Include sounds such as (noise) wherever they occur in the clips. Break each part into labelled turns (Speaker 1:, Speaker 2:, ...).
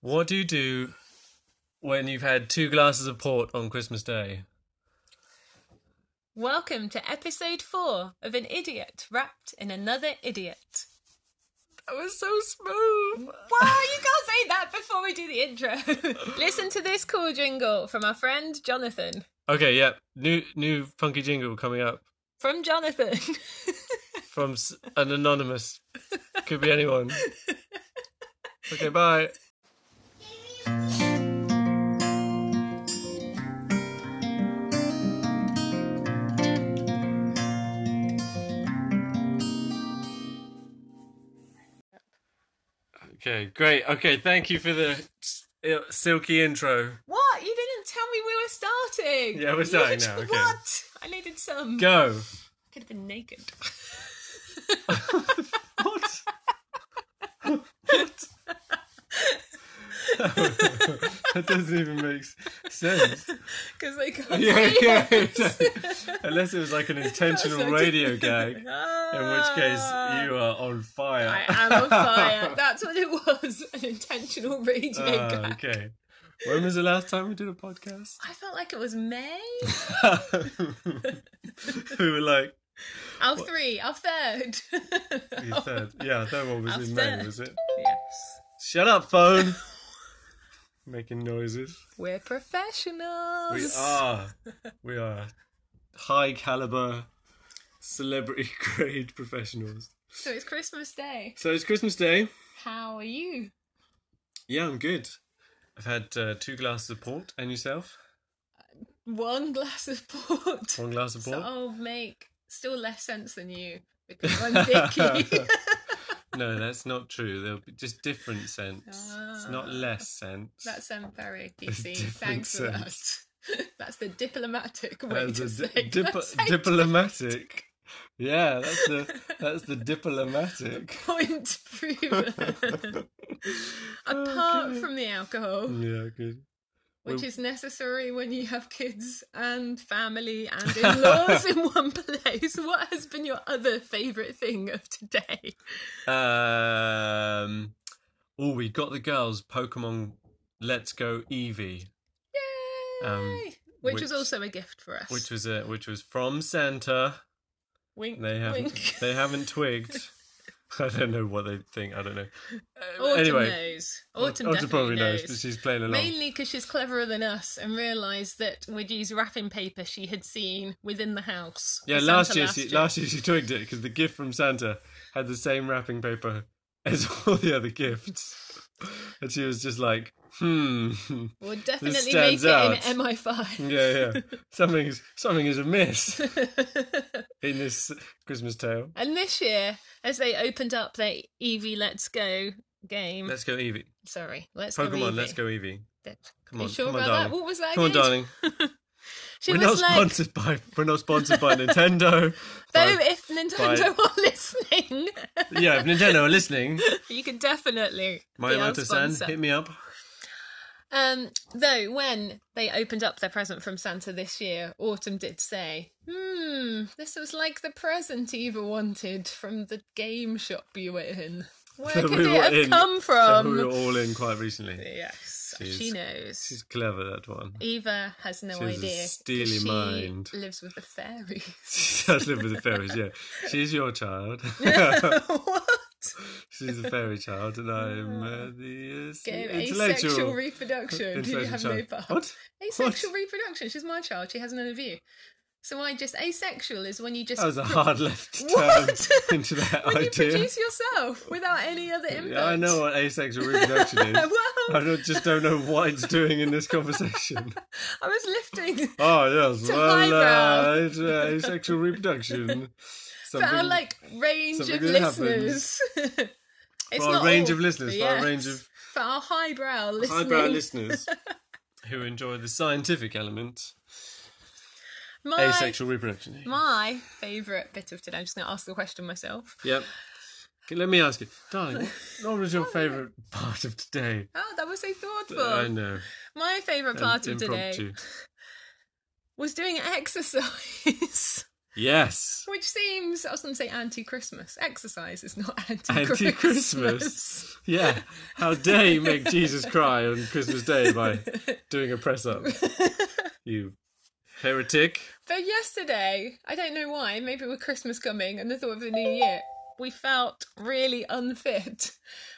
Speaker 1: What do you do when you've had two glasses of port on Christmas Day?
Speaker 2: Welcome to episode four of An Idiot Wrapped in Another Idiot.
Speaker 1: That was so smooth.
Speaker 2: Wow, you can't say that before we do the intro. (laughs) Listen to this cool jingle from our friend Jonathan.
Speaker 1: Okay, yeah, new new funky jingle coming up
Speaker 2: From Jonathan. (laughs)
Speaker 1: from s- an anonymous. Could be anyone. Okay, bye. Okay, great. Okay, thank you for the s- il- silky intro.
Speaker 2: what? You didn't tell me we were starting.
Speaker 1: Yeah, we're
Speaker 2: You
Speaker 1: starting
Speaker 2: just-
Speaker 1: now, okay.
Speaker 2: What? I needed some.
Speaker 1: Go.
Speaker 2: Could have been naked. (laughs)
Speaker 1: What? that doesn't even make s- sense.
Speaker 2: Because they
Speaker 1: (laughs)
Speaker 2: can't
Speaker 1: Yeah,
Speaker 2: see
Speaker 1: yeah.
Speaker 2: it.
Speaker 1: exactly. (laughs) Unless it was like an intentional radio gag, in which case
Speaker 2: Ah.
Speaker 1: you are on fire.
Speaker 2: I am
Speaker 1: (laughs)
Speaker 2: on fire. That's what it was. (laughs) An intentional radio
Speaker 1: Ah,
Speaker 2: gag.
Speaker 1: okay. When was the last time we did a podcast? (laughs)
Speaker 2: I felt like it was May.
Speaker 1: we were like,
Speaker 2: Our three, our third. (laughs)
Speaker 1: the third. Yeah, that one was in May,
Speaker 2: After.
Speaker 1: was it?
Speaker 2: yes.
Speaker 1: Shut up, phone. Making noises.
Speaker 2: We're professionals.
Speaker 1: We are. We are high caliber, celebrity (laughs) grade professionals.
Speaker 2: So it's Christmas Day.
Speaker 1: So it's Christmas Day.
Speaker 2: How are you?
Speaker 1: Yeah, I'm good. I've had uh, two glasses of port, and yourself?
Speaker 2: One glass of port.
Speaker 1: One glass of
Speaker 2: So
Speaker 1: port?
Speaker 2: I'll make still less sense than you because I'm Vicky.
Speaker 1: (laughs) No, that's not true. There'll be just different scents. It's not less scents.
Speaker 2: Ah. That's um, very PC.
Speaker 1: different
Speaker 2: Thanks for that. (laughs) That's the diplomatic way
Speaker 1: That's
Speaker 2: to
Speaker 1: a
Speaker 2: say
Speaker 1: di- dip-
Speaker 2: that's how you
Speaker 1: diplomatic. Yeah, that's
Speaker 2: (laughs)
Speaker 1: the that's the diplomatic.
Speaker 2: Point
Speaker 1: (laughs)
Speaker 2: proven. Apart from the alcohol,
Speaker 1: Yeah, good.
Speaker 2: which is necessary when you have kids and
Speaker 1: (laughs)
Speaker 2: family and in laws in one place, what has been your other favourite thing of today?
Speaker 1: Um, oh, we got the girls Pokemon Let's Go Eevee,
Speaker 2: Yay!
Speaker 1: Um,
Speaker 2: which,
Speaker 1: which-
Speaker 2: was also a gift for us.
Speaker 1: which was a which was from Santa.
Speaker 2: wink,
Speaker 1: They haven't (laughs)
Speaker 2: wink.
Speaker 1: they haven't twigged. (laughs) I don't know what they think. I don't know.
Speaker 2: Autumn
Speaker 1: Uh, anyway.
Speaker 2: knows. Autumn,
Speaker 1: Otter
Speaker 2: definitely
Speaker 1: probably knows
Speaker 2: knows.
Speaker 1: because she's playing along.
Speaker 2: Mainly because she's cleverer than us and realised that we'd use wrapping paper she had seen within the house.
Speaker 1: yeah,
Speaker 2: for
Speaker 1: last
Speaker 2: Santa
Speaker 1: year, she, last year she twigged it because the gift from Santa had the same wrapping paper (laughs) as all the other gifts, and she was just like, "Hmm, (laughs)
Speaker 2: We'll definitely make
Speaker 1: stands
Speaker 2: it
Speaker 1: out.
Speaker 2: in
Speaker 1: (laughs)
Speaker 2: MI5.
Speaker 1: yeah, yeah, something is something is amiss in this Christmas tale."
Speaker 2: (laughs) And this year, as they opened up their Eevee Let's Go game,
Speaker 1: Let's go, Eevee.
Speaker 2: sorry, Let's Go
Speaker 1: Pokemon,
Speaker 2: Eevee.
Speaker 1: let's go, Eevee.
Speaker 2: Come
Speaker 1: Come
Speaker 2: you
Speaker 1: on,
Speaker 2: sure
Speaker 1: come on,
Speaker 2: about
Speaker 1: darling.
Speaker 2: that? What was that?
Speaker 1: Come on,
Speaker 2: again?
Speaker 1: darling.
Speaker 2: She
Speaker 1: we're not
Speaker 2: was like,
Speaker 1: sponsored by. We're not sponsored
Speaker 2: (laughs)
Speaker 1: by Nintendo.
Speaker 2: though,
Speaker 1: By-
Speaker 2: if Nintendo are (laughs) listening,
Speaker 1: yeah, if Nintendo
Speaker 2: (laughs)
Speaker 1: are listening,
Speaker 2: you can definitely be our
Speaker 1: Miyamoto-san,
Speaker 2: sponsor.
Speaker 1: hit me up.
Speaker 2: Um, though when they opened up their present from Santa this year, Autumn did say, "Hmm, this was like the present Eva wanted from the game shop you were in. Where
Speaker 1: That (laughs)
Speaker 2: could
Speaker 1: we
Speaker 2: it
Speaker 1: were
Speaker 2: have
Speaker 1: in.
Speaker 2: come
Speaker 1: so
Speaker 2: from?"
Speaker 1: we were all in quite recently.
Speaker 2: yes,
Speaker 1: She's-
Speaker 2: she knows.
Speaker 1: She's clever, that one. (laughs)
Speaker 2: Eva has no
Speaker 1: She has a
Speaker 2: idea. 'cause
Speaker 1: steely
Speaker 2: she
Speaker 1: mind.
Speaker 2: lives with
Speaker 1: (laughs)
Speaker 2: the fairies. (laughs)
Speaker 1: She does live with the fairies, yeah. She's your child. (laughs)
Speaker 2: what?
Speaker 1: She's the fairy child, and I'm uh, the uh, s-
Speaker 2: Game asexual
Speaker 1: intellectual.
Speaker 2: reproduction. Do you
Speaker 1: intellectual
Speaker 2: have no
Speaker 1: child.
Speaker 2: part?
Speaker 1: What? (laughs)
Speaker 2: Asexual reproduction. She's my child. She has none of you. So I just asexual is when you just
Speaker 1: That was a hard left turn
Speaker 2: (laughs) What?
Speaker 1: into that
Speaker 2: when you
Speaker 1: idea.
Speaker 2: produce yourself without any other input.
Speaker 1: Yeah, I
Speaker 2: (laughs)
Speaker 1: know what asexual reproduction is. I
Speaker 2: well,
Speaker 1: don't, just don't know what it's doing in this
Speaker 2: (laughs)
Speaker 1: conversation.
Speaker 2: I was
Speaker 1: (laughs)
Speaker 2: lifting,
Speaker 1: Oh yes,
Speaker 2: It's a
Speaker 1: well, uh,
Speaker 2: highbrow.
Speaker 1: it's, uh, asexual reproduction.
Speaker 2: (laughs) but
Speaker 1: Something
Speaker 2: our like range of
Speaker 1: something that
Speaker 2: listeners. (laughs) it's
Speaker 1: for
Speaker 2: not
Speaker 1: our range
Speaker 2: all-
Speaker 1: of listeners, for
Speaker 2: yes.
Speaker 1: our range of
Speaker 2: for our highbrow listeners.
Speaker 1: highbrow listeners
Speaker 2: (laughs)
Speaker 1: who enjoy the scientific element,
Speaker 2: My
Speaker 1: asexual reproduction.
Speaker 2: my favourite bit of today. I'm just going to ask the question myself.
Speaker 1: Yep. Okay, let me ask you, darling,
Speaker 2: (laughs)
Speaker 1: what, what was your favourite part of today?
Speaker 2: Oh, that was so thoughtful.
Speaker 1: I know.
Speaker 2: my favourite part of today
Speaker 1: Impromptu.
Speaker 2: was doing (laughs) exercise.
Speaker 1: Yes.
Speaker 2: Which seems, I was going to say anti Christmas. Exercise is not (laughs) anti
Speaker 1: Anti
Speaker 2: Christmas.
Speaker 1: Christmas. Yeah. How dare you make Jesus cry on Christmas Day by doing a press
Speaker 2: (laughs)
Speaker 1: up? You heretic.
Speaker 2: But yesterday, I don't know why, maybe with Christmas coming and the thought of the new year, we felt really unfit.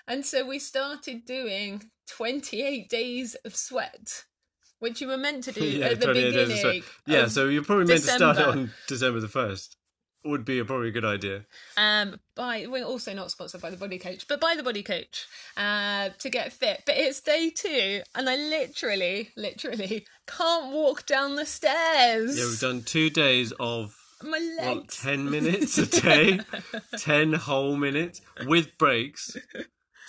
Speaker 2: And so we started doing 28 days of sweat, which you were meant to
Speaker 1: (laughs)
Speaker 2: do
Speaker 1: yeah,
Speaker 2: at the
Speaker 1: 28 days of sweat.
Speaker 2: beginning.
Speaker 1: Yeah,
Speaker 2: of-
Speaker 1: so you're probably meant to start
Speaker 2: December.
Speaker 1: it on December the 1st. Would be a, probably a good idea.
Speaker 2: um, by we're also not sponsored by the Body Coach, but by the Body Coach uh, to get fit. But it's day two, and I literally, literally can't walk down the stairs.
Speaker 1: Yeah, we've done two days of
Speaker 2: My
Speaker 1: what,
Speaker 2: legs.
Speaker 1: 10 minutes a
Speaker 2: (laughs)
Speaker 1: day? 10 whole minutes with breaks.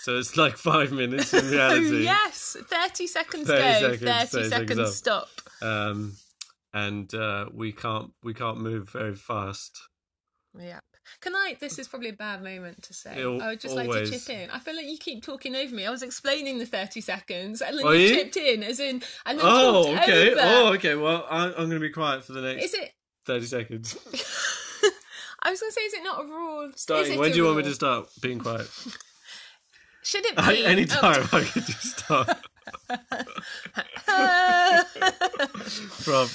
Speaker 1: So it's like five minutes in
Speaker 2: (laughs)
Speaker 1: reality.
Speaker 2: Oh, yes, thirty seconds
Speaker 1: 30
Speaker 2: go,
Speaker 1: seconds,
Speaker 2: thirty
Speaker 1: 30
Speaker 2: seconds,
Speaker 1: seconds up.
Speaker 2: stop.
Speaker 1: um, and uh, we can't we can't move very fast.
Speaker 2: Yep. Can I? This is probably a bad moment to say.
Speaker 1: It'll
Speaker 2: I would just
Speaker 1: always-
Speaker 2: like to chip in. I feel like you keep talking over me. I was explaining the thirty seconds, and then
Speaker 1: Are
Speaker 2: you,
Speaker 1: you?
Speaker 2: chipped in, as in, and then
Speaker 1: Oh,
Speaker 2: talked
Speaker 1: okay.
Speaker 2: over.
Speaker 1: Oh, okay. Well, I, I'm going to be quiet for the next
Speaker 2: Is it?
Speaker 1: thirty seconds.
Speaker 2: (laughs) I was going to say, is it not a rule? Is
Speaker 1: Starting.
Speaker 2: it
Speaker 1: When
Speaker 2: a
Speaker 1: do you want me
Speaker 2: rule?
Speaker 1: to start being quiet?
Speaker 2: (laughs)
Speaker 1: (laughs)
Speaker 2: Should it
Speaker 1: I,
Speaker 2: be
Speaker 1: any
Speaker 2: Oh,
Speaker 1: time I could just start. (laughs) From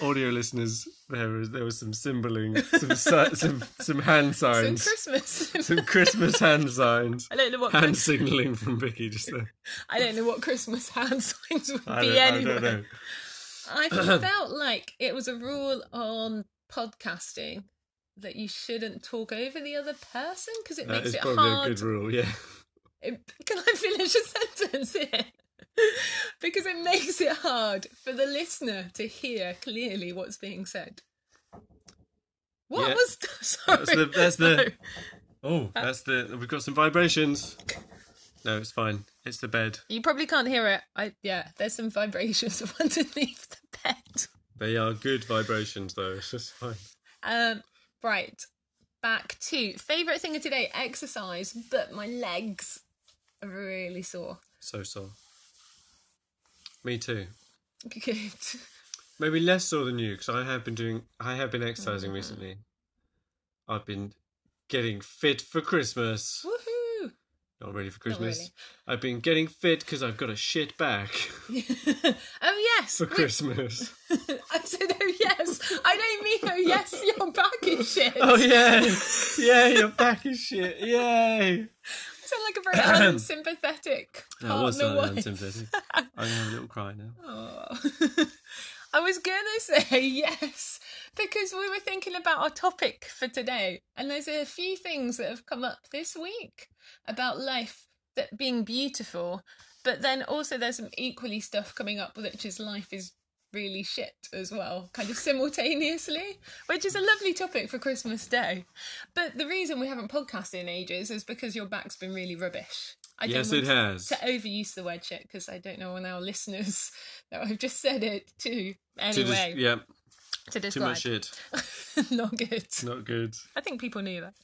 Speaker 1: audio listeners, there was there was some symboling, some
Speaker 2: (laughs)
Speaker 1: si- some some hand
Speaker 2: in
Speaker 1: signs,
Speaker 2: (laughs) Christmas.
Speaker 1: some Christmas hand signs,
Speaker 2: I don't know what
Speaker 1: hand signaling from Vicky just there.
Speaker 2: I don't know what Christmas hand (laughs) signs would
Speaker 1: I
Speaker 2: be
Speaker 1: don't, I
Speaker 2: anyway.
Speaker 1: don't know. (clears throat)
Speaker 2: I felt like it was a rule on podcasting that you shouldn't talk over the other person because it
Speaker 1: That
Speaker 2: makes
Speaker 1: is
Speaker 2: it
Speaker 1: probably a
Speaker 2: hard.
Speaker 1: good rule. Yeah.
Speaker 2: It- (laughs) can I finish a sentence here? (laughs) because it makes it hard for the listener to hear clearly what's being said. What
Speaker 1: Yeah.
Speaker 2: was (laughs) sorry?
Speaker 1: That's the- that's
Speaker 2: (laughs)
Speaker 1: the- Oh, that's the we've got some vibrations. No, it's fine. It's the bed.
Speaker 2: You probably can't hear it. I yeah, there's some vibrations (laughs) underneath the bed.
Speaker 1: They are good vibrations though. It's just fine.
Speaker 2: Um, right, back to favorite thing of today: exercise. But my legs are really sore. (laughs)
Speaker 1: So sore. Me too.
Speaker 2: Good.
Speaker 1: Maybe less sore than you because I have been doing. I have been exercising recently. I've been getting fit for Christmas.
Speaker 2: Woohoo! (laughs)
Speaker 1: Not really for Christmas.
Speaker 2: really.
Speaker 1: I've been getting fit because I've got a shit back (laughs)
Speaker 2: oh yes.
Speaker 1: for Christmas.
Speaker 2: (laughs) I said oh yes. I don't mean
Speaker 1: (laughs)
Speaker 2: oh yes. Your back is shit.
Speaker 1: (laughs) oh yeah, yeah, your back is shit. Yay!
Speaker 2: I sound like a
Speaker 1: (clears throat)
Speaker 2: very unsympathetic
Speaker 1: Oh, No, I was
Speaker 2: partner
Speaker 1: sounding
Speaker 2: wife.
Speaker 1: (laughs) unsympathetic. I'm gonna have a little cry now.
Speaker 2: Oh. I was gonna (laughs) say yes because we were thinking about our topic for today, and there's a few things that have come up this week about life that being beautiful, but then also there's some equally stuff coming up, which is life is really shit as well, kind of simultaneously, which is a lovely topic for Christmas Day. But the reason we haven't podcasted in ages is because your back's been really rubbish. I don't
Speaker 1: Yes, it
Speaker 2: want-
Speaker 1: has.
Speaker 2: to overuse the word shit because I don't know when our listeners (laughs) that I've just said it to
Speaker 1: To just-
Speaker 2: anyway
Speaker 1: yeah,
Speaker 2: to,
Speaker 1: too
Speaker 2: describe.
Speaker 1: much shit.
Speaker 2: (laughs) Not good.
Speaker 1: Not (laughs) good.
Speaker 2: I think people knew that.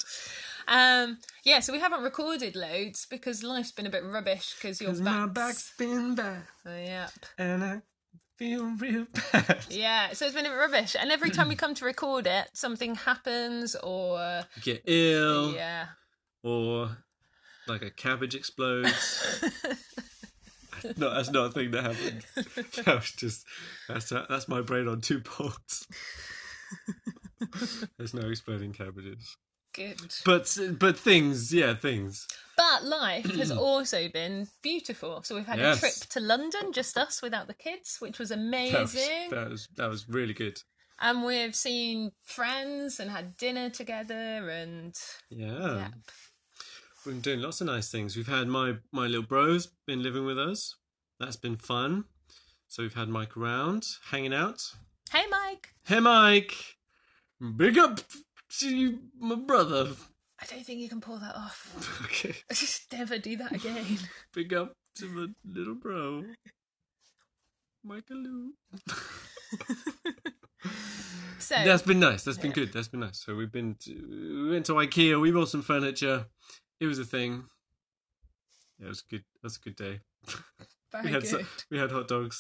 Speaker 2: Um, yeah, so we haven't recorded loads because life's been a bit rubbish because your
Speaker 1: My
Speaker 2: back. Oh,
Speaker 1: back's been bad,
Speaker 2: Yep.
Speaker 1: and I feel real (laughs) bad.
Speaker 2: Yeah, so it's been a bit rubbish, and every time we come to record it, something happens or
Speaker 1: Get ill,
Speaker 2: yeah.
Speaker 1: or like a cabbage explodes. no, that's not a thing that happened. (laughs) That was just that's that's my brain on two poles. There's no exploding cabbages,
Speaker 2: Good.
Speaker 1: but but things, yeah, things.
Speaker 2: But life has also been beautiful. So we've had
Speaker 1: Yes.
Speaker 2: a trip to London, just us without the kids, which was
Speaker 1: That was,
Speaker 2: amazing.
Speaker 1: that was that was really good.
Speaker 2: and we've seen friends and had dinner together and
Speaker 1: Yeah.
Speaker 2: yeah
Speaker 1: We've been doing lots of nice things. We've had my my little bros been living with us. That's been fun. So we've had Mike around, hanging out.
Speaker 2: hey mike
Speaker 1: Hey Mike, big up to you, my brother. (laughs)
Speaker 2: i don't think you can pull that off (laughs)
Speaker 1: Okay,
Speaker 2: i just never do that again
Speaker 1: (laughs) big up to my little bro, Michaeloo.
Speaker 2: so
Speaker 1: That's been nice. That's been good. That's been nice. So we've been to, we went to IKEA. We bought some furniture. It was a thing. Yeah, it was good. That's a good day.
Speaker 2: very
Speaker 1: We had
Speaker 2: Oh, good
Speaker 1: so- we had hot dogs.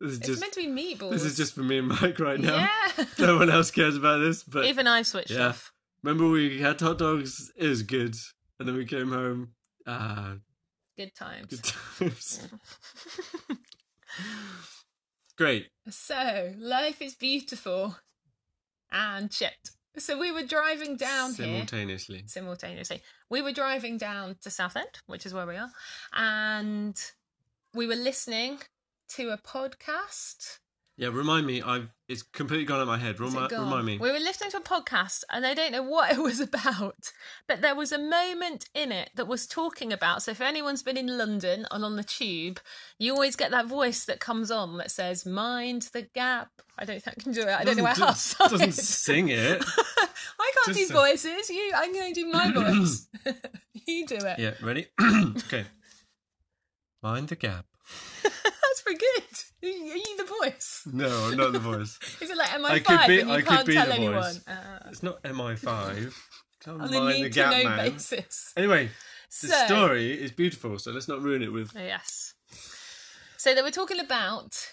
Speaker 1: This is
Speaker 2: It's
Speaker 1: just
Speaker 2: meant to be meatballs.
Speaker 1: this is just for me and Mike right now.
Speaker 2: yeah.
Speaker 1: (laughs) No one else cares about this. But
Speaker 2: (laughs) Even I've switched
Speaker 1: Yeah.
Speaker 2: off.
Speaker 1: remember, we had hot dogs. It was good, and then we came home. Ah,
Speaker 2: Good times. (laughs)
Speaker 1: good times. Great.
Speaker 2: So, life is beautiful and shit. So, we were driving down here
Speaker 1: simultaneously.
Speaker 2: simultaneously. We were driving down to Southend, which is where we are, and we were listening to a podcast.
Speaker 1: Yeah, remind me. I've it's completely gone out of my head.
Speaker 2: Is it
Speaker 1: Remi-
Speaker 2: gone?
Speaker 1: remind me.
Speaker 2: We were listening to a podcast, and I don't know (laughs) what it was about, but there was a moment in it that was talking about. So, if anyone's been in London and on the tube, you always get that voice that comes on that says, "Mind the gap." I don't think I can do it. I don't know where
Speaker 1: Doesn't-
Speaker 2: else.
Speaker 1: Doesn't sing
Speaker 2: (laughs)
Speaker 1: it.
Speaker 2: I can't
Speaker 1: Just
Speaker 2: do
Speaker 1: a-
Speaker 2: voices. You, I'm going to do
Speaker 1: (clears throat)
Speaker 2: my voice. (laughs) you do it.
Speaker 1: Yeah, ready? (clears throat) okay. Mind the gap.
Speaker 2: That's pretty good. Are you are you the voice?
Speaker 1: No, I'm not the voice.
Speaker 2: Is it like MI5
Speaker 1: I could be-
Speaker 2: and you
Speaker 1: I could
Speaker 2: can't
Speaker 1: be
Speaker 2: tell
Speaker 1: the
Speaker 2: anyone?
Speaker 1: voice.
Speaker 2: Ah.
Speaker 1: (laughs) It's not MI5. Come
Speaker 2: on
Speaker 1: mind
Speaker 2: the
Speaker 1: the
Speaker 2: need to
Speaker 1: gap,
Speaker 2: know
Speaker 1: man.
Speaker 2: basis.
Speaker 1: Anyway, the
Speaker 2: So-
Speaker 1: story is beautiful, so let's not ruin it with.
Speaker 2: Yes. So they were talking about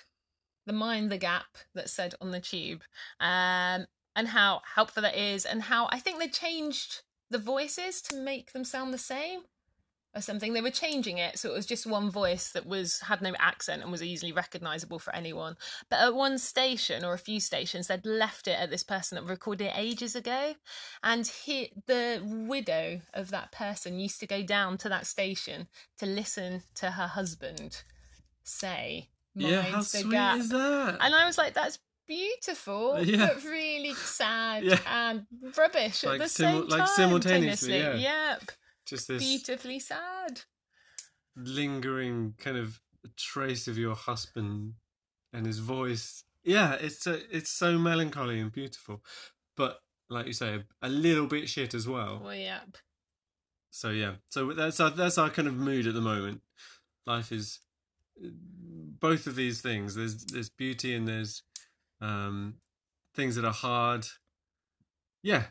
Speaker 2: the mind the gap that said on the tube, um, and how helpful that is, and how I think they changed the voices to make them sound the same or something. They were changing it, so it was just one voice that was had no accent and was easily recognizable for anyone. But at one station or a few stations, they'd left it at this person that recorded it ages ago, and he, the widow of that person used to go down to that station to listen to her husband say, "Mind
Speaker 1: yeah, how
Speaker 2: the
Speaker 1: sweet
Speaker 2: gap."
Speaker 1: is that?
Speaker 2: And I was like, that's beautiful,
Speaker 1: (laughs) Yeah.
Speaker 2: but really sad
Speaker 1: Yeah.
Speaker 2: and rubbish
Speaker 1: Like
Speaker 2: at the
Speaker 1: simu-
Speaker 2: same
Speaker 1: like
Speaker 2: time.
Speaker 1: simultaneously,
Speaker 2: Tennessee. Yep.
Speaker 1: Just this
Speaker 2: Beautifully sad.
Speaker 1: lingering kind of trace of your husband and his voice. Yeah, it's a, it's so melancholy and beautiful, but like you say, a, a little bit shit as well.
Speaker 2: Well, yep.
Speaker 1: So yeah, so that's our that's our kind of mood at the moment. Life is both of these things. There's there's beauty and there's um things that are hard. Yeah,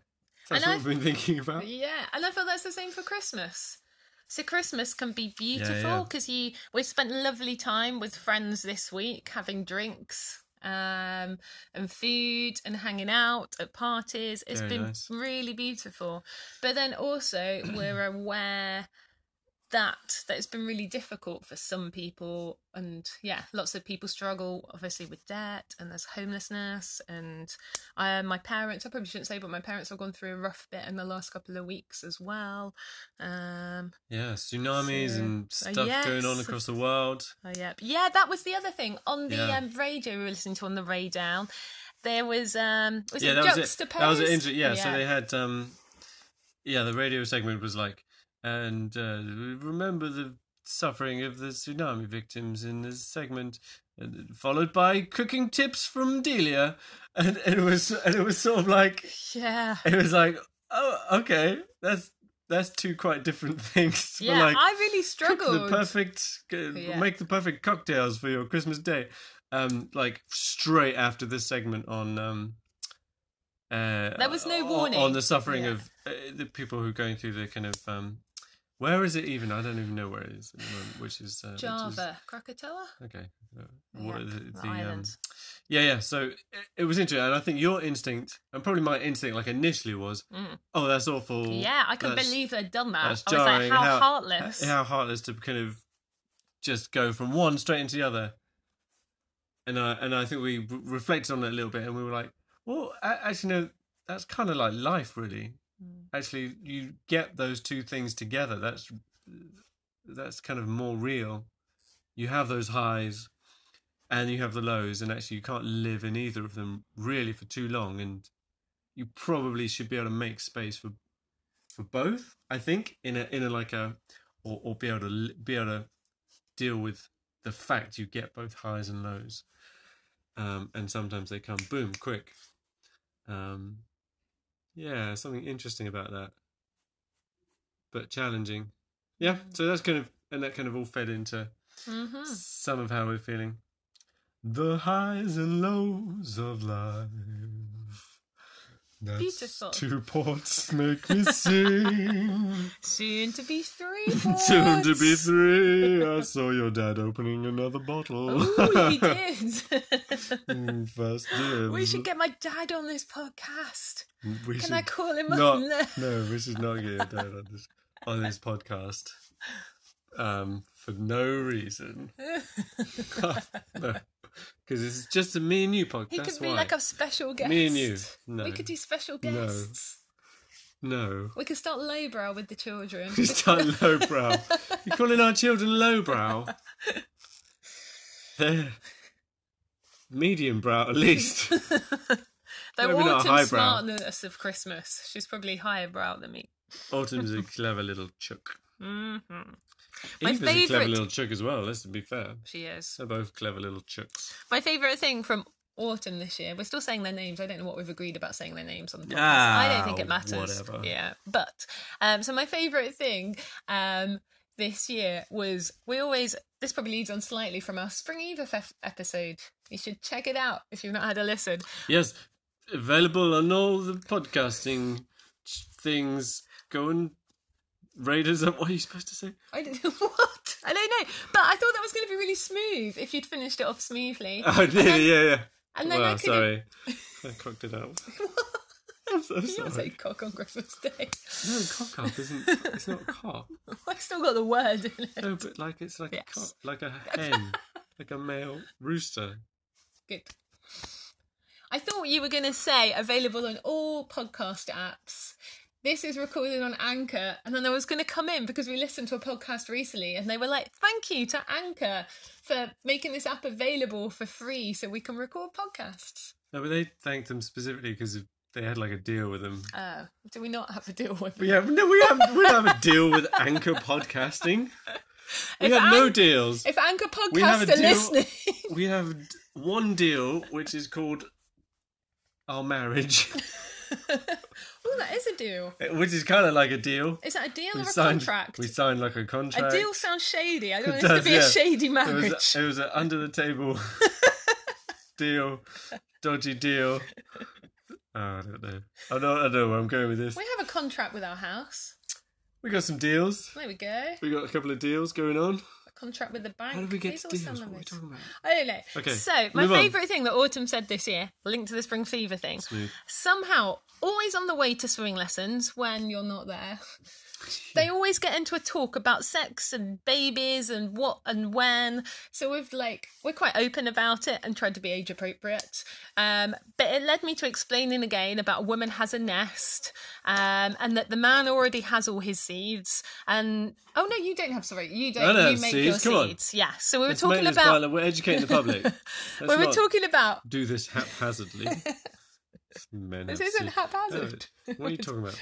Speaker 1: that's
Speaker 2: And
Speaker 1: what
Speaker 2: I-
Speaker 1: I've been thinking about.
Speaker 2: Yeah. And I feel that's the same for Christmas. So Christmas can be beautiful
Speaker 1: yeah.
Speaker 2: because you we've spent lovely time with friends this week having drinks um and food and hanging out at parties. It's
Speaker 1: Very
Speaker 2: been
Speaker 1: nice.
Speaker 2: really beautiful. But
Speaker 1: (clears throat)
Speaker 2: then also we're aware that that it's been really difficult for some people and yeah lots of people struggle obviously with debt and there's homelessness and uh, my parents i probably shouldn't say but my parents have gone through a rough bit in the last couple of weeks as well um
Speaker 1: Yeah, tsunamis
Speaker 2: So-
Speaker 1: and
Speaker 2: so
Speaker 1: stuff going on
Speaker 2: yes.
Speaker 1: across the world.
Speaker 2: oh yeah yeah that was the other thing on the
Speaker 1: Yeah.
Speaker 2: um, radio we were listening to on the ray down there was um was
Speaker 1: yeah,
Speaker 2: it
Speaker 1: that was it.
Speaker 2: juxtaposed
Speaker 1: That was it. Inter- yeah, so they had um, yeah, the radio segment was like, and uh, remember the suffering of the tsunami victims in this segment, and- followed by cooking tips from Delia, and, and it was and it was sort of like
Speaker 2: yeah
Speaker 1: (laughs) it was like oh okay that's that's two quite different (laughs) things. But
Speaker 2: yeah
Speaker 1: like,
Speaker 2: i really
Speaker 1: cook (laughs) the
Speaker 2: struggled
Speaker 1: perfect c-
Speaker 2: Yeah.
Speaker 1: make the perfect cocktails for your christmas day um like straight after this segment on um uh
Speaker 2: There was no
Speaker 1: on-
Speaker 2: warning.
Speaker 1: on the suffering
Speaker 2: Yeah.
Speaker 1: of uh, the people who are going through the kind of um where is it even i don't even know where it is at the moment, which is uh, which is-
Speaker 2: java krakatoa
Speaker 1: okay uh, what
Speaker 2: Yeah,
Speaker 1: the,
Speaker 2: the
Speaker 1: the, um,
Speaker 2: islands.
Speaker 1: yeah yeah so it, it was interesting and i think your instinct and probably my instinct like initially was
Speaker 2: Mm.
Speaker 1: oh that's awful
Speaker 2: yeah i couldn't
Speaker 1: that's-
Speaker 2: believe they'd done that i was
Speaker 1: that's jarring.
Speaker 2: like how, heartless (laughs)
Speaker 1: How heartless to kind of just go from one straight into the other. And I and I think we re- reflected on it a little bit, and we were like, well, a- actually, no, that's kind of like life, really.
Speaker 2: Hmm.
Speaker 1: Actually, you get those two things together. That's that's kind of more real. You have those highs, and you have the lows, and actually, you can't live in either of them really for too long. And you probably should be able to make space for for both. I think in a in a like a or, or be able to li- be able to deal with the fact you get both highs and lows, um, and sometimes they come boom quick. Um, yeah, something interesting about that, but challenging. Yeah, so that's kind of and that kind of all fed into
Speaker 2: hmm
Speaker 1: some of how we're feeling. The highs and lows of life. That's
Speaker 2: Beautiful.
Speaker 1: Two ports make
Speaker 2: (laughs)
Speaker 1: me sing.
Speaker 2: Soon to
Speaker 1: (laughs)
Speaker 2: be three.
Speaker 1: Soon to be
Speaker 2: boards.
Speaker 1: three. I saw your dad opening another bottle.
Speaker 2: (laughs) Ooh, he did.
Speaker 1: (laughs)
Speaker 2: (laughs)
Speaker 1: Mm, First dibs.
Speaker 2: we should get my dad on this podcast.
Speaker 1: We
Speaker 2: Can
Speaker 1: should
Speaker 2: I call him up? No.
Speaker 1: not, no, we should not get your dad on this on this podcast. Um, for no
Speaker 2: (laughs)
Speaker 1: reason. (laughs) no. Because it's just a me and you podcast.
Speaker 2: He
Speaker 1: That's
Speaker 2: could be
Speaker 1: why.
Speaker 2: like a special guest.
Speaker 1: me and you. No.
Speaker 2: We could do special
Speaker 1: No.
Speaker 2: guests. (laughs)
Speaker 1: no.
Speaker 2: We could start lowbrow with the
Speaker 1: (laughs)
Speaker 2: children.
Speaker 1: Just done lowbrow. You're calling our children
Speaker 2: (laughs)
Speaker 1: lowbrow. They're medium brow at
Speaker 2: (laughs)
Speaker 1: least.
Speaker 2: They're
Speaker 1: Maybe not
Speaker 2: autumn
Speaker 1: highbrow.
Speaker 2: smartness of Christmas. She's probably higher brow than me.
Speaker 1: Autumn's a clever little chook. Mm-hmm.
Speaker 2: My
Speaker 1: Eve is a clever
Speaker 2: favourite-
Speaker 1: little chook as well, let's be fair.
Speaker 2: She is.
Speaker 1: They're both clever little chooks.
Speaker 2: My favourite thing from autumn this year, we're still saying their names. I don't know what we've agreed about saying their names on the podcast.
Speaker 1: Ah,
Speaker 2: I don't think it matters.
Speaker 1: whatever.
Speaker 2: Yeah. But um so my favourite thing um this year was we always this probably leads on slightly from our Spring Eve ef- episode. You should check it out if you've not had a listen.
Speaker 1: Yes, available on all the podcasting ch- things. Go and raid us up. What are you supposed to say?
Speaker 2: (laughs) I don't know what. I don't know. But I thought that was going to be really smooth if you'd finished it
Speaker 1: (laughs)
Speaker 2: off smoothly.
Speaker 1: Oh, did
Speaker 2: then-
Speaker 1: yeah, yeah.
Speaker 2: and then I
Speaker 1: well,
Speaker 2: could-
Speaker 1: sorry. I cocked it
Speaker 2: (laughs)
Speaker 1: up. I'm so
Speaker 2: (laughs) You don't say
Speaker 1: sorry.
Speaker 2: cock on Christmas Day. (laughs)
Speaker 1: No, cock up isn't. It's not a cock.
Speaker 2: I've still got the word in it. (laughs)
Speaker 1: No, but like it's like
Speaker 2: Yes.
Speaker 1: a cock, like
Speaker 2: (laughs)
Speaker 1: a hen, like a male rooster.
Speaker 2: Good. I thought you were going to say available on all podcast apps. This is recorded on Anchor. And then I was going to come in because we listened to a podcast recently and they were like, thank you to Anchor for making this app available for free so we can record podcasts.
Speaker 1: No, but they thanked them specifically because they had like a deal with them.
Speaker 2: Oh, do we not have to deal with
Speaker 1: We have no, we have we have a deal
Speaker 2: (laughs)
Speaker 1: with Anchor Podcasting. We
Speaker 2: If
Speaker 1: have no
Speaker 2: Anch-
Speaker 1: deals.
Speaker 2: If Anchor
Speaker 1: We have
Speaker 2: podcasts
Speaker 1: a
Speaker 2: are
Speaker 1: deal-
Speaker 2: listening, (laughs)
Speaker 1: we have d- one deal which is called our
Speaker 2: (laughs)
Speaker 1: marriage
Speaker 2: oh, that is a deal.
Speaker 1: which is kind of like a deal
Speaker 2: Is that a deal
Speaker 1: we
Speaker 2: or a
Speaker 1: signed
Speaker 2: contract?
Speaker 1: we signed like a
Speaker 2: a
Speaker 1: contract
Speaker 2: deal sounds shady.
Speaker 1: (laughs)
Speaker 2: I don't
Speaker 1: It
Speaker 2: want this to
Speaker 1: does,
Speaker 2: be
Speaker 1: yeah.
Speaker 2: a shady
Speaker 1: it
Speaker 2: marriage.
Speaker 1: was it was an under the
Speaker 2: (laughs)
Speaker 1: table deal dodgy deal oh, i don't know i don't i don't know where i'm going with this
Speaker 2: We have a contract with our house.
Speaker 1: we got some deals
Speaker 2: There we go.
Speaker 1: we got a couple of deals going on
Speaker 2: A contract with the bank.
Speaker 1: how did we get
Speaker 2: These
Speaker 1: to
Speaker 2: all
Speaker 1: deals
Speaker 2: sound
Speaker 1: what are we
Speaker 2: nice.
Speaker 1: talking about
Speaker 2: I don't know.
Speaker 1: Okay,
Speaker 2: So, my
Speaker 1: move on.
Speaker 2: favourite thing that Autumn said this year, linked to the spring fever thing,
Speaker 1: Smooth.
Speaker 2: somehow, always on the way to swimming lessons when you're
Speaker 1: (laughs)
Speaker 2: not there, they always get into a talk about sex and babies and what and when. So we've like we're quite open about it and tried to be age appropriate. Um, but it led me to explaining again about a woman has a nest, um, and that the man already has all his seeds. And oh no, you don't have sorry, you don't.
Speaker 1: I don't
Speaker 2: you
Speaker 1: have
Speaker 2: make
Speaker 1: seeds,
Speaker 2: your
Speaker 1: come on.
Speaker 2: seeds. Yeah. So we were
Speaker 1: Let's make
Speaker 2: talking
Speaker 1: this
Speaker 2: about
Speaker 1: violent. we're educating the
Speaker 2: (laughs)
Speaker 1: public
Speaker 2: we were
Speaker 1: Let's not-
Speaker 2: talking about
Speaker 1: do this
Speaker 2: (laughs)
Speaker 1: haphazardly. Men
Speaker 2: This
Speaker 1: have
Speaker 2: isn't
Speaker 1: seed-
Speaker 2: haphazard.
Speaker 1: No, what are you talking
Speaker 2: (laughs)
Speaker 1: about?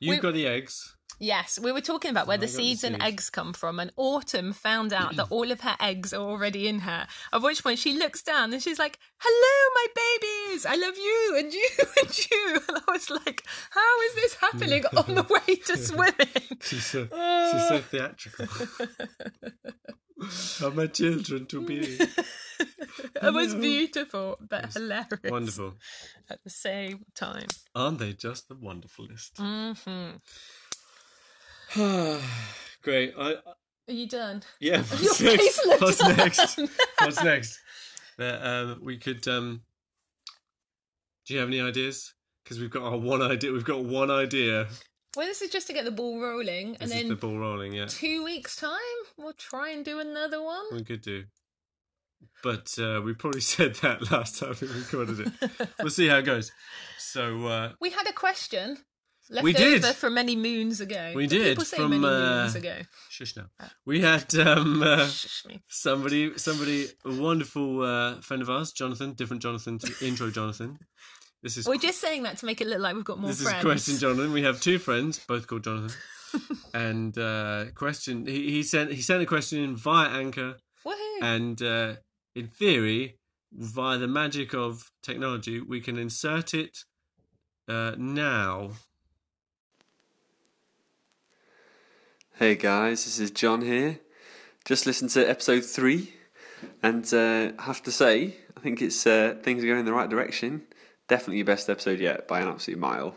Speaker 1: You've
Speaker 2: We-
Speaker 1: got the eggs.
Speaker 2: Yes, we were talking about where the
Speaker 1: I got the
Speaker 2: seeds and
Speaker 1: seeds.
Speaker 2: eggs come from, and Autumn found
Speaker 1: (clears throat)
Speaker 2: out that all of her eggs are already in her. At which point she looks down and she's like, "Hello, my babies! I love you and you (laughs) and you." And I was like, "How is this happening
Speaker 1: (laughs)
Speaker 2: on the way to swimming?" (laughs)
Speaker 1: She's so, she's so theatrical. (laughs) Are my children to
Speaker 2: (laughs)
Speaker 1: be
Speaker 2: It
Speaker 1: (laughs)
Speaker 2: was beautiful but hilarious
Speaker 1: wonderful?
Speaker 2: at the same time.
Speaker 1: Aren't they just the wonderfulest?
Speaker 2: Mm-hmm.
Speaker 1: (sighs) Great. I, uh,
Speaker 2: Are you
Speaker 1: (laughs)
Speaker 2: done?
Speaker 1: yeah. What's
Speaker 2: (laughs) Your
Speaker 1: next?
Speaker 2: face looks
Speaker 1: what's next? What's next? That, um, we could. Um, do you have any ideas? Because we've got our one idea. We've got one idea.
Speaker 2: (laughs) Well, this is just to get the ball rolling, and
Speaker 1: This is
Speaker 2: then
Speaker 1: the ball rolling. Yeah.
Speaker 2: two weeks' time we'll try and do another one.
Speaker 1: We could do. But uh, we probably (laughs) said that last time we recorded it. we'll see how it goes. So uh,
Speaker 2: We had a question left
Speaker 1: We did.
Speaker 2: over from many moons ago.
Speaker 1: We
Speaker 2: Did
Speaker 1: did,
Speaker 2: People say
Speaker 1: from,
Speaker 2: many
Speaker 1: uh,
Speaker 2: moons ago.
Speaker 1: shush
Speaker 2: (laughs)
Speaker 1: now. We had um, uh,
Speaker 2: Shush me.
Speaker 1: somebody, somebody, a wonderful uh, friend of ours, Jonathan, different Jonathan
Speaker 2: (laughs)
Speaker 1: to intro Jonathan. This is
Speaker 2: We're just saying that to make it look like we've got more
Speaker 1: this
Speaker 2: friends.
Speaker 1: is question Jonathan. We have two friends, both called
Speaker 2: (laughs)
Speaker 1: Jonathan. and uh, question, he, he sent he sent a question in via anchor.
Speaker 2: Woohoo!
Speaker 1: and uh, in theory, via the magic of technology, we can insert it uh, now.
Speaker 3: Hey guys, this is John here. Just listened to episode three, and uh, have to say, I think it's uh, things are going in the right direction. Definitely your best episode yet by an absolute mile.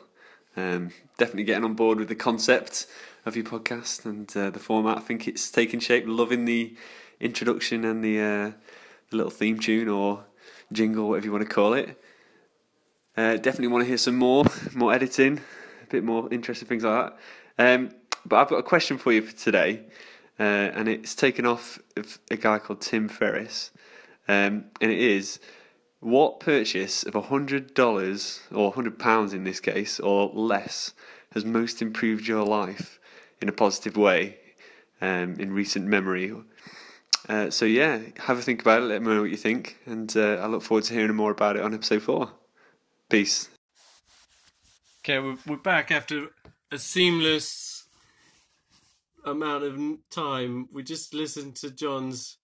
Speaker 3: Um, definitely getting on board with the concept of your podcast and uh, the format. I think it's taking shape. Loving the introduction and the, uh, the little theme tune or jingle, whatever you want to call it. Uh, definitely want to hear some more, more editing, a bit more interesting things like that. Um, but I've got a question for you for today, uh, and it's taken off of a guy called Tim Ferriss, um, and it is what purchase of hundred dollars or hundred pounds in this case or less has most improved your life in a positive way um, in recent memory? Uh, so yeah, have a think about it. Let me know what you think, and uh, I look forward to hearing more about it on episode four. Peace.
Speaker 1: Okay, we're, we're back after a seamless amount of n- time. We just listened to John's.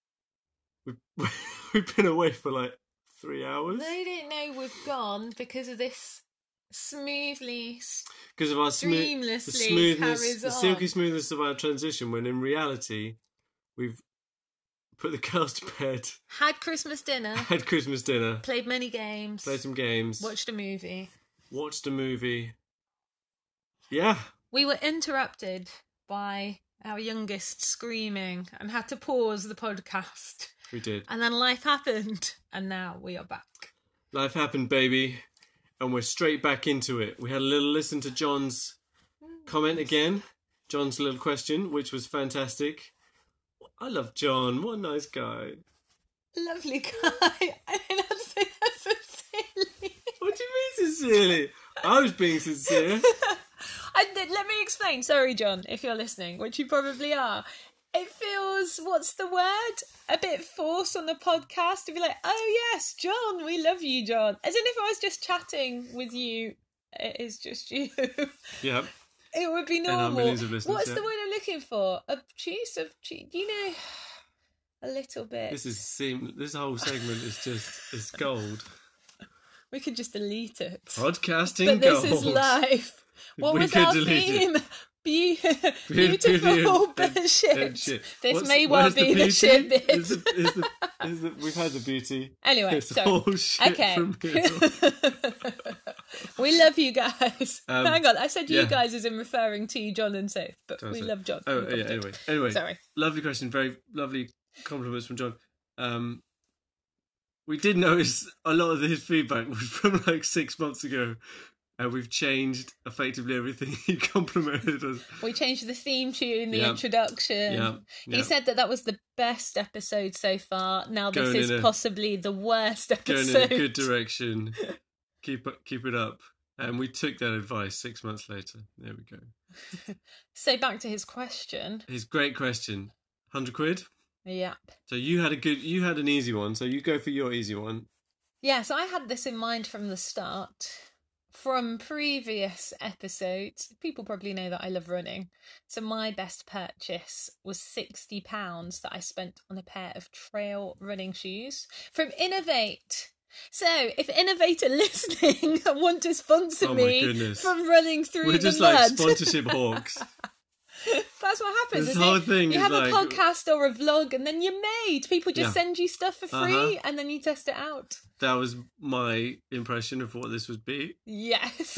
Speaker 1: We've, (laughs) we've been away for like three hours
Speaker 2: They didn't know we've gone because of this smoothly. s-
Speaker 1: because of our smooth, the
Speaker 2: Dreamlessly
Speaker 1: smoothness,
Speaker 2: carries
Speaker 1: the silky
Speaker 2: on.
Speaker 1: smoothness of our transition. When in reality, we've put the girls to bed, (laughs)
Speaker 2: Had Christmas dinner,
Speaker 1: had Christmas dinner,
Speaker 2: played many games,
Speaker 1: played some games,
Speaker 2: watched a movie.
Speaker 1: watched a movie. Yeah,
Speaker 2: We were interrupted by our youngest screaming and had to pause the podcast.
Speaker 1: we did.
Speaker 2: And then life happened, and now we are back.
Speaker 1: Life happened, baby, and we're straight back into it. We had a little listen to John's comment again, John's little question, which was fantastic. I love John. What a nice guy.
Speaker 2: Lovely guy. (laughs) I don't know how to say that sincerely.
Speaker 1: What do you mean sincerely? I was being
Speaker 2: (laughs)
Speaker 1: sincere.
Speaker 2: I, th- let me explain. Sorry, John, if you're listening, which you probably are. It feels, what's the word? A bit forced on the podcast to be like, oh, yes, John, we love you, John. As in if I was just chatting with you, it is just you. (laughs)
Speaker 1: Yeah.
Speaker 2: it would be
Speaker 1: our
Speaker 2: normal.
Speaker 1: millions of listeners,
Speaker 2: what's
Speaker 1: yeah.
Speaker 2: the word I'm looking for? Obtuse, obtuse, you know, (sighs) a little bit.
Speaker 1: This is seem this whole segment is just is gold.
Speaker 2: We could just delete it.
Speaker 1: Podcasting
Speaker 2: but this
Speaker 1: gold. (laughs)
Speaker 2: is life. What
Speaker 1: We
Speaker 2: was
Speaker 1: could
Speaker 2: our
Speaker 1: delete it. (laughs)
Speaker 2: theme? Be- (laughs) beautiful
Speaker 1: Beautiful
Speaker 2: bit of shit. (laughs) This may well
Speaker 1: where's
Speaker 2: be the,
Speaker 1: beauty?
Speaker 2: shit bit.
Speaker 1: Is the, is the, is the, we've had the beauty.
Speaker 2: anyway,
Speaker 1: It's
Speaker 2: sorry.
Speaker 1: all shit
Speaker 2: Okay.
Speaker 1: from
Speaker 2: (laughs)
Speaker 1: here.
Speaker 2: we love you guys.
Speaker 1: (laughs) Um,
Speaker 2: Hang on, I said you
Speaker 1: yeah.
Speaker 2: guys as in referring to John and Soph, but we
Speaker 1: so-
Speaker 2: love John.
Speaker 1: Oh,
Speaker 2: We love
Speaker 1: yeah.
Speaker 2: John.
Speaker 1: Anyway, anyway.
Speaker 2: Sorry.
Speaker 1: Lovely question. Very lovely compliments from John. Um, we did notice a lot of his feedback (laughs) was from like six months ago, and we've changed effectively everything (laughs) he complimented us.
Speaker 2: We changed the theme tune, the
Speaker 1: Yeah.
Speaker 2: introduction.
Speaker 1: Yeah, yeah.
Speaker 2: He said that that was the best episode so far. Now this
Speaker 1: Going
Speaker 2: is
Speaker 1: in a-
Speaker 2: possibly the worst
Speaker 1: Going
Speaker 2: episode.
Speaker 1: in a good direction. Keep up- keep it up. And we took that advice six months later. There we go.
Speaker 2: so back to his question.
Speaker 1: His great question. Hundred quid.
Speaker 2: Yeah.
Speaker 1: So you had a good, you had an easy one. So you go for your easy one.
Speaker 2: Yeah, so I had this in mind from the start. From previous episodes, people probably know that I love running. So my best purchase was £60 that I spent on a pair of trail running shoes from Innovate. So if Innovate are (laughs) listening and want to sponsor
Speaker 1: Oh my
Speaker 2: me
Speaker 1: goodness.
Speaker 2: from running through
Speaker 1: We're
Speaker 2: the
Speaker 1: just
Speaker 2: mud,
Speaker 1: like sponsorship hawks.
Speaker 2: (laughs) that's what happens.
Speaker 1: This
Speaker 2: isn't
Speaker 1: whole
Speaker 2: it?
Speaker 1: thing
Speaker 2: you
Speaker 1: is
Speaker 2: have
Speaker 1: like-
Speaker 2: a podcast or a vlog and then you're made. People just
Speaker 1: Yeah.
Speaker 2: send you stuff for free
Speaker 1: Uh-huh.
Speaker 2: and then you test it out.
Speaker 1: That was my impression of what this would
Speaker 2: (laughs)
Speaker 1: be. (laughs)
Speaker 2: Yes.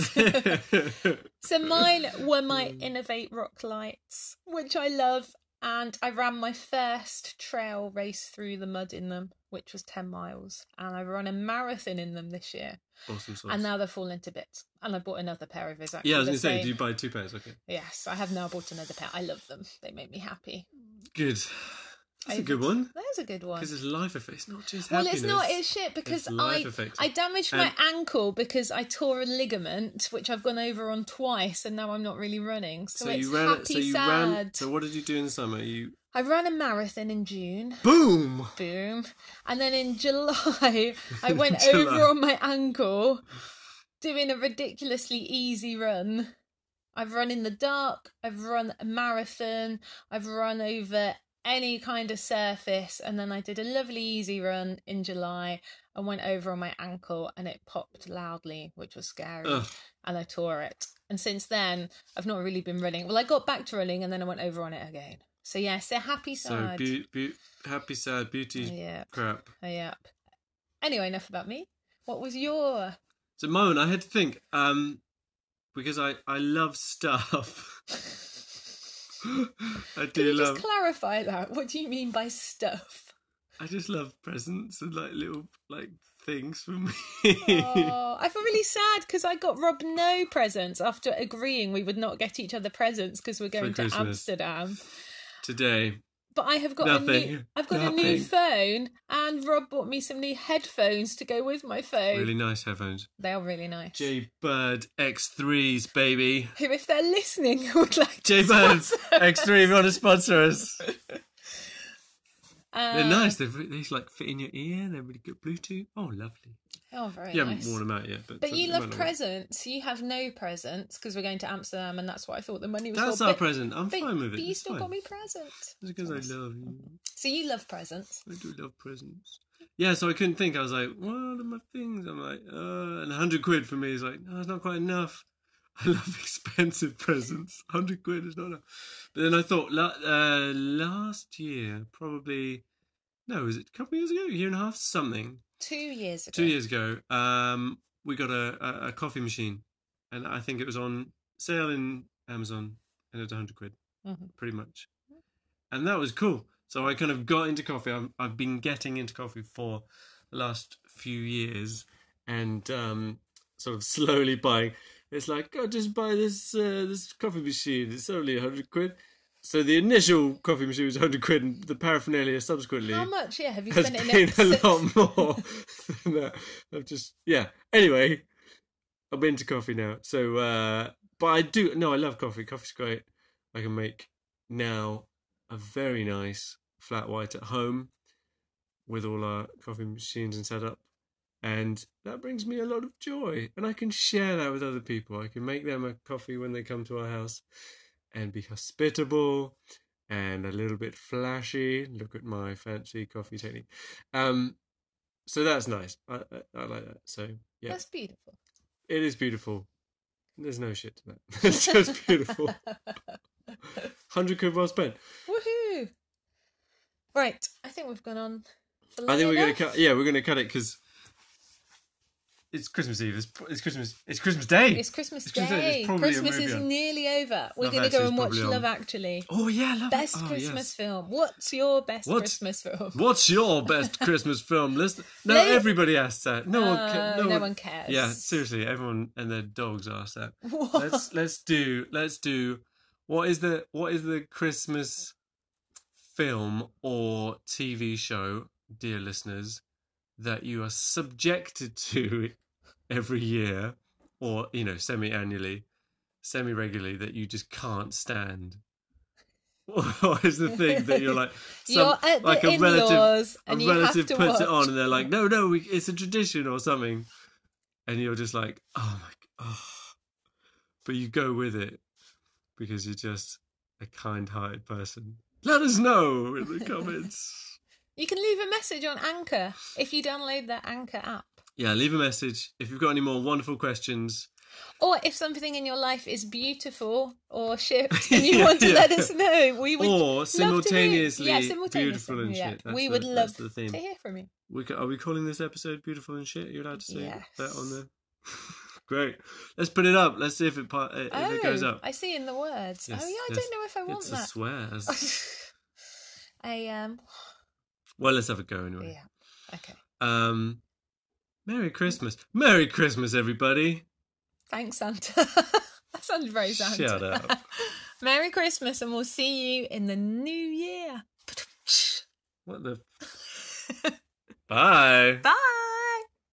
Speaker 2: So mine were my Innovate Rock lights, which I love, and I ran my first trail race through the mud in them, which was 10 miles, and I run a marathon in them this year,
Speaker 1: awesome sauce.
Speaker 2: and now they're falling to bits. And I bought another pair of exactly
Speaker 1: yeah, I was
Speaker 2: the
Speaker 1: going to say,
Speaker 2: same.
Speaker 1: do you buy two pairs? Okay,
Speaker 2: Yes, I have now bought another pair. I love them. They make me happy.
Speaker 1: good. That's a
Speaker 2: Over-
Speaker 1: good one
Speaker 2: There's a good one.
Speaker 1: because it's life effects, not just
Speaker 2: Well,
Speaker 1: happiness.
Speaker 2: it's not. It's shit because I
Speaker 1: life affecting.
Speaker 2: I damaged
Speaker 1: And-
Speaker 2: my ankle because I tore a ligament, which I've gone over on twice, and now I'm not really running. So,
Speaker 1: so
Speaker 2: it's
Speaker 1: you ran.
Speaker 2: happy
Speaker 1: so you
Speaker 2: sad.
Speaker 1: ran. So what did you do in the summer? You
Speaker 2: I ran a marathon in June.
Speaker 1: boom.
Speaker 2: Boom. And then in July,
Speaker 1: (laughs)
Speaker 2: I went
Speaker 1: July.
Speaker 2: over on my ankle doing a ridiculously easy run. I've run in the dark, I've run a marathon, I've run over any kind of surface, and then I did a lovely easy run in July and went over on my ankle and it popped loudly, which was scary.
Speaker 1: Ugh.
Speaker 2: And I tore it. And since then, I've not really been running. Well, I got back to running and then I went over on it again. So, yes, a happy
Speaker 1: So
Speaker 2: side.
Speaker 1: be- be- happy, sad, beauty,
Speaker 2: Yeah.
Speaker 1: crap.
Speaker 2: Yep. Anyway, enough about me. What was your
Speaker 1: So Moan, I had to think um, because I I love stuff. (laughs) I
Speaker 2: Can
Speaker 1: do
Speaker 2: you
Speaker 1: love.
Speaker 2: just clarify that? What do you mean by
Speaker 1: (laughs)
Speaker 2: stuff?
Speaker 1: I just love presents and like little like things for me.
Speaker 2: (laughs) Oh, I feel really sad because I got Rob no presents after agreeing we would not get each other presents because we're going to
Speaker 1: Christmas.
Speaker 2: Amsterdam.
Speaker 1: Today,
Speaker 2: But I have got a new,
Speaker 1: Nothing.
Speaker 2: I've got a
Speaker 1: Nothing.
Speaker 2: new phone, and Rob bought me some new headphones to go with my phone.
Speaker 1: really nice headphones.
Speaker 2: They are really nice.
Speaker 1: J Bird X3s, baby.
Speaker 2: Who, if they're listening, (laughs) would like to
Speaker 1: J
Speaker 2: (laughs)
Speaker 1: Bird
Speaker 2: sponsor us.
Speaker 1: X3, if you want to sponsor us.
Speaker 2: Uh,
Speaker 1: They're nice. They're, re- they like fit in your ear. They're really good Bluetooth. Oh, lovely.
Speaker 2: Oh, very
Speaker 1: You haven't
Speaker 2: nice.
Speaker 1: worn them out yet, but
Speaker 2: But you love
Speaker 1: presents.
Speaker 2: presents. You have no presents because we're going to Amsterdam, and that's what I thought the money was
Speaker 1: That's
Speaker 2: for.
Speaker 1: our
Speaker 2: but,
Speaker 1: present. I'm
Speaker 2: but,
Speaker 1: fine with it.
Speaker 2: but you
Speaker 1: It's
Speaker 2: still
Speaker 1: fine.
Speaker 2: got me presents.
Speaker 1: It's because I love you.
Speaker 2: So you love presents.
Speaker 1: I do love presents. Yeah, so I couldn't think. I was like, what are my things? I'm like, uh, and 100 quid for me is like, no, it's not quite enough. (laughs) I love expensive presents. 100 quid is not enough. But then I thought, la- uh, last year, probably, no, was it a couple of years ago? A year and a half? Something.
Speaker 2: Two years ago.
Speaker 1: Two years ago, um, we got a, a, a coffee machine. And I think it was on sale in Amazon and it's 100 quid
Speaker 2: Mhm.
Speaker 1: pretty much. And that was cool. So I kind of got into coffee. I've, I've been getting into coffee for the last few years and um, sort of (laughs) slowly buying. It's like, oh, just buy this uh, this coffee machine. It's only 100 quid. So the initial coffee machine was 100 quid and the paraphernalia subsequently
Speaker 2: How much? Yeah, have you
Speaker 1: has
Speaker 2: spent it in
Speaker 1: been
Speaker 2: (laughs)
Speaker 1: a lot more than that. I've just, yeah. Anyway, I'm into coffee now. So, uh, but I do, no, I love coffee. Coffee's great. I can make now a very nice flat white at home with all our coffee machines and setup. And that brings me a lot of joy. And I can share that with other people. I can make them a coffee when they come to our house and be hospitable and a little bit flashy. Look at my fancy coffee technique. Um, so that's nice. I, I, I like that. So yeah,
Speaker 2: That's beautiful.
Speaker 1: it is beautiful. There's no shit to that. (laughs) it's just beautiful. Hundred quid well spent.
Speaker 2: Woohoo! Right, I think we've gone on. For long
Speaker 1: I think we're gonna
Speaker 2: enough.
Speaker 1: cut. Yeah, we're gonna cut it because it's Christmas Eve. It's, it's Christmas. It's Christmas Day.
Speaker 2: It's Christmas
Speaker 1: It's Christmas Day. It's
Speaker 2: Day.
Speaker 1: probably a
Speaker 2: Christmas
Speaker 1: movie
Speaker 2: is
Speaker 1: on.
Speaker 2: nearly over. We're
Speaker 1: Love
Speaker 2: going to
Speaker 1: Actually
Speaker 2: go
Speaker 1: is
Speaker 2: and watch
Speaker 1: probably on.
Speaker 2: Love Actually.
Speaker 1: oh yeah, love
Speaker 2: Best
Speaker 1: oh, yes.
Speaker 2: Christmas film. What's your best
Speaker 1: What?
Speaker 2: Christmas film?
Speaker 1: What's your
Speaker 2: (laughs)
Speaker 1: best Christmas film list? No,
Speaker 2: No.
Speaker 1: everybody asks that. No one. Ca-
Speaker 2: Uh,
Speaker 1: no,
Speaker 2: no
Speaker 1: one,
Speaker 2: one cares.
Speaker 1: Yeah, seriously, everyone and their dogs ask that.
Speaker 2: (laughs) What?
Speaker 1: let's let's do let's do what is the what is the Christmas film or TV show, dear listeners, that you are subjected to (laughs) every year or you know semi annually, semi regularly that you just can't stand. (laughs) What is the thing that you're like? Some,
Speaker 2: You're at the
Speaker 1: like a relative,
Speaker 2: in-laws and
Speaker 1: a
Speaker 2: you
Speaker 1: relative
Speaker 2: have to
Speaker 1: puts
Speaker 2: watch.
Speaker 1: it on, and they're like, "No, no, we, it's a tradition or something," and you're just like, "Oh my, g- oh. but you go with it because you're just a kind-hearted person. Let us know in the comments.
Speaker 2: You can leave a message on Anchor if you download the Anchor app.
Speaker 1: (laughs) yeah, leave a message if you've got any more wonderful questions.
Speaker 2: Or if something in your life is beautiful or
Speaker 1: (laughs)
Speaker 2: shit and you want to
Speaker 1: Yeah.
Speaker 2: let us know, we would
Speaker 1: Or
Speaker 2: love to hear-
Speaker 1: simultaneously
Speaker 2: yeah, simultaneously
Speaker 1: beautiful and
Speaker 2: yeah.
Speaker 1: shit. That's
Speaker 2: we
Speaker 1: the-
Speaker 2: would love
Speaker 1: that's the theme.
Speaker 2: to hear from you.
Speaker 1: We ca- are we calling this episode "Beautiful and Shit"? You're allowed to say
Speaker 2: Yes.
Speaker 1: that on there. (laughs) Great. Let's put it up. Let's see if it pa- if
Speaker 2: oh,
Speaker 1: it goes up.
Speaker 2: I see in the words.
Speaker 1: Yes,
Speaker 2: oh yeah, I
Speaker 1: yes.
Speaker 2: don't know if I want
Speaker 1: it's a
Speaker 2: that. (laughs)
Speaker 1: swears.
Speaker 2: I um
Speaker 1: well, let's have a go anyway.
Speaker 2: yeah. Okay.
Speaker 1: Um, Merry Christmas. Merry Christmas, everybody.
Speaker 2: Thanks, Santa. (laughs) that sounds very Santa.
Speaker 1: Shut up.
Speaker 2: (laughs) Merry Christmas and we'll see you in the new year. (laughs)
Speaker 1: What the? Bye.
Speaker 2: Bye.